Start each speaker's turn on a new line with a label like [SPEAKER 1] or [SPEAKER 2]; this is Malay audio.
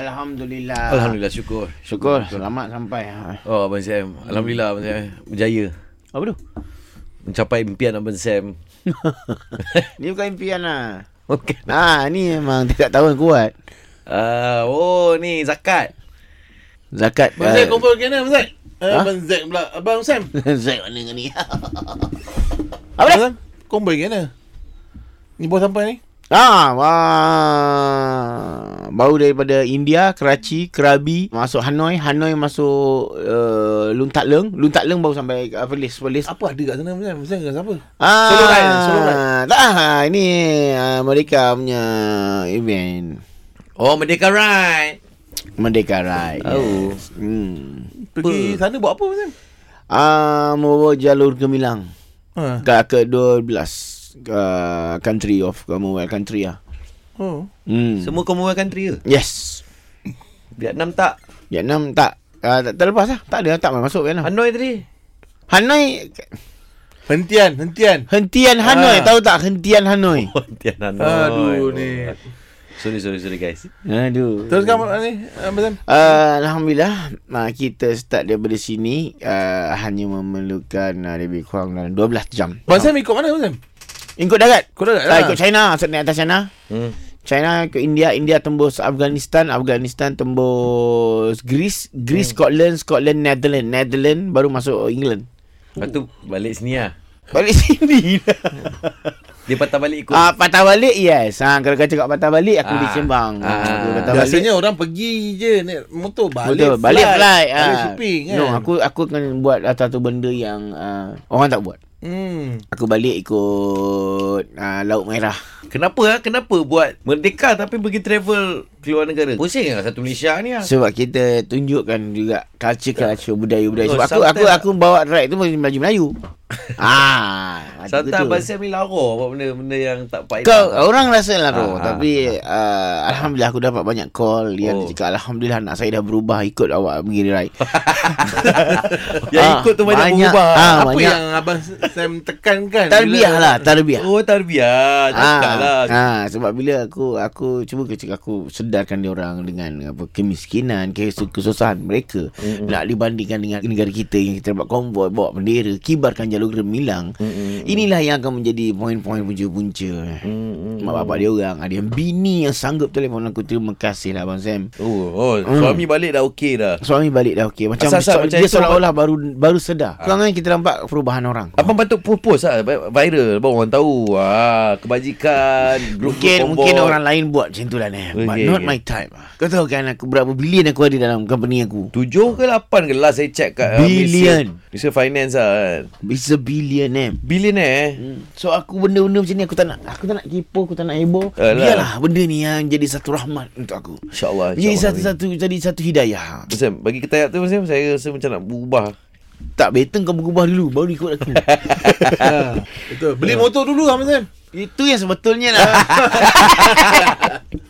[SPEAKER 1] Alhamdulillah.
[SPEAKER 2] Alhamdulillah syukur. Ah. Syukur.
[SPEAKER 1] Selamat sampai. Ha.
[SPEAKER 2] Oh Abang Sam, alhamdulillah Abang Sam berjaya
[SPEAKER 1] Apa tu?
[SPEAKER 2] mencapai impian Abang Sam.
[SPEAKER 1] Ni bukan impian lah.
[SPEAKER 2] Okey.
[SPEAKER 1] Nah, ni memang tidak tahu yang kuat.
[SPEAKER 2] Ah, oh ni zakat.
[SPEAKER 1] Zakat.
[SPEAKER 3] Abang Zack kumpul ke mana Abang Zack?
[SPEAKER 2] Ha?
[SPEAKER 3] Eh, Abang Zack pula Abang Sam
[SPEAKER 1] Zakat mana dengan ni? Apa dah?
[SPEAKER 3] Kumpul ke mana? Ni bawa sampai ni
[SPEAKER 1] Ah, wah. Baru daripada India, Karachi, Krabi, masuk Hanoi, Hanoi masuk uh, Luntak Leng, Luntak Leng baru sampai uh, Perlis, Perlis.
[SPEAKER 3] Apa ada kat sana Abang Sam? Abang Sam kat siapa?
[SPEAKER 1] Ah,
[SPEAKER 3] Solo ride, solo ride.
[SPEAKER 1] Tak, ah, ini ah, mereka punya event.
[SPEAKER 2] Oh Merdeka Ride.
[SPEAKER 1] Merdeka Ride.
[SPEAKER 2] Oh.
[SPEAKER 1] Yes. Hmm.
[SPEAKER 3] Pergi sana buat apa Abang Sam?
[SPEAKER 1] Ah, membawa jalur gemilang.
[SPEAKER 3] Ha.
[SPEAKER 1] Ke ke-12 uh, country of Commonwealth country ah.
[SPEAKER 3] Oh.
[SPEAKER 1] Hmm.
[SPEAKER 2] Semua Commonwealth country ke?
[SPEAKER 1] Yes.
[SPEAKER 2] Vietnam tak?
[SPEAKER 1] Vietnam tak ah, tak terlepas lah. Tak ada tak masuk Vietnam.
[SPEAKER 2] Hanoi tadi?
[SPEAKER 1] Hanoi
[SPEAKER 3] Hentian, hentian.
[SPEAKER 1] hentian Hanoi
[SPEAKER 3] Ah.
[SPEAKER 1] tahu tak hentian Hanoi.
[SPEAKER 2] Oh, Tian Hanoi.
[SPEAKER 3] Aduh ni.
[SPEAKER 2] Sorry, sorry, sorry guys.
[SPEAKER 1] Aduh.
[SPEAKER 3] Teruskan Abang- ni Abang Sam.
[SPEAKER 1] Uh, Alhamdulillah uh, Kita start daripada sini uh, Hanya memerlukan uh, Lebih kurang dalam 12 jam
[SPEAKER 3] Abang Sam ikut mana Abang Sam?
[SPEAKER 1] Ikut darat
[SPEAKER 3] Kau dah
[SPEAKER 1] uh, Ikut China Set naik atas China
[SPEAKER 2] Hmm.
[SPEAKER 1] China ke India India tembus Afghanistan Afghanistan tembus Greece Greece
[SPEAKER 3] Hmm.
[SPEAKER 1] Scotland Scotland Netherlands Netherlands Baru masuk England
[SPEAKER 2] Lepas tu balik sini lah.
[SPEAKER 1] Balik sini
[SPEAKER 2] Dia patah balik ikut.
[SPEAKER 1] Ah, patah balik yes. Ha, kalau kau cakap patah balik aku
[SPEAKER 2] Ah.
[SPEAKER 1] di Sembang.
[SPEAKER 2] Ah.
[SPEAKER 1] Aku patah balik.
[SPEAKER 3] Biasanya orang pergi je naik motor balik.
[SPEAKER 1] Betul, balik flight. ah.
[SPEAKER 3] Balik shopping kan.
[SPEAKER 1] No, aku aku akan buat satu benda yang ah, orang tak buat.
[SPEAKER 3] Hmm.
[SPEAKER 1] Aku balik ikut ah, Laut Merah.
[SPEAKER 2] Kenapa ah? Kenapa buat merdeka tapi pergi travel keluar negara? Pusing lah satu Malaysia ni lah.
[SPEAKER 1] Sebab kita tunjukkan juga culture-culture budaya-budaya.
[SPEAKER 2] Oh,
[SPEAKER 1] Sebab aku aku
[SPEAKER 2] sometimes-
[SPEAKER 1] aku bawa ride tu mesti baju Melayu. ah, macam
[SPEAKER 2] Sometimes
[SPEAKER 1] tu.
[SPEAKER 2] Abang Sam ni lara buat benda-benda yang tak faedah. Oh,
[SPEAKER 1] Kau orang rasa laru
[SPEAKER 2] Ah,
[SPEAKER 1] tapi ah, alhamdulillah aku dapat banyak call yang
[SPEAKER 2] Oh.
[SPEAKER 1] cakap alhamdulillah anak saya dah berubah ikut awak pergi ride.
[SPEAKER 2] Yang
[SPEAKER 1] Ah,
[SPEAKER 2] ikut tu banyak,
[SPEAKER 1] banyak.
[SPEAKER 2] berubah.
[SPEAKER 1] Ah,
[SPEAKER 3] Apa
[SPEAKER 1] banyak.
[SPEAKER 3] yang Abang Sam tekankan?
[SPEAKER 1] Tarbiah
[SPEAKER 3] Bila-
[SPEAKER 1] lah, tarbiah.
[SPEAKER 2] Oh tarbiah Cakap lah
[SPEAKER 1] ha, sebab bila aku aku cuba kecil aku sedarkan dia orang dengan apa kemiskinan, kes- kesusahan mereka mm-hmm. nak dibandingkan dengan negara kita yang kita dapat konvoi bawa bendera, kibarkan jalur gemilang. Mm-hmm. Inilah yang akan menjadi poin-poin punca-punca. Mm-hmm. Mak bapak dia orang, ada yang bini yang sanggup telefon aku terima kasih lah Abang Sam.
[SPEAKER 2] Oh, oh Suami balik dah okey dah
[SPEAKER 1] Suami balik dah okey. Macam, so-
[SPEAKER 2] Asal-asal macam
[SPEAKER 1] dia
[SPEAKER 2] itu, lah, Ah.
[SPEAKER 1] seolah-olah lah, baru baru sedar. Kurangnya kita nampak perubahan orang.
[SPEAKER 2] Abang patut propose lah vi- Viral Baru orang tahu ah, Kebajikan grup
[SPEAKER 1] Mungkin mungkin orang lain buat macam tu lah ni. But
[SPEAKER 2] Okey,
[SPEAKER 1] not
[SPEAKER 2] okey.
[SPEAKER 1] my type. Kau tahu kan aku berapa bilion aku ada dalam company aku.
[SPEAKER 2] Tujuh ke lapan ke Last saya check kat ah,
[SPEAKER 1] Billion.
[SPEAKER 2] Malaysia, Malaysia Finance lah kan
[SPEAKER 1] It's a billion eh.
[SPEAKER 2] Billion eh
[SPEAKER 1] Hmm. So aku benda-benda macam ni aku tak nak aku tak nak kipu, aku tak nak heboh.
[SPEAKER 2] Alah.
[SPEAKER 1] Biarlah benda ni yang jadi satu rahmat untuk aku.
[SPEAKER 2] InsyaAllah
[SPEAKER 1] Jadi satu-satu jadi satu hidayah.
[SPEAKER 2] Sam, bagi ketayak tu Sam, Saya rasa macam nak berubah
[SPEAKER 1] Tak better kau berubah dulu baru ikut aku.
[SPEAKER 3] Ah, Betul. Beli motor dulu Abang Sam.
[SPEAKER 1] Itu yang sebetulnya lah.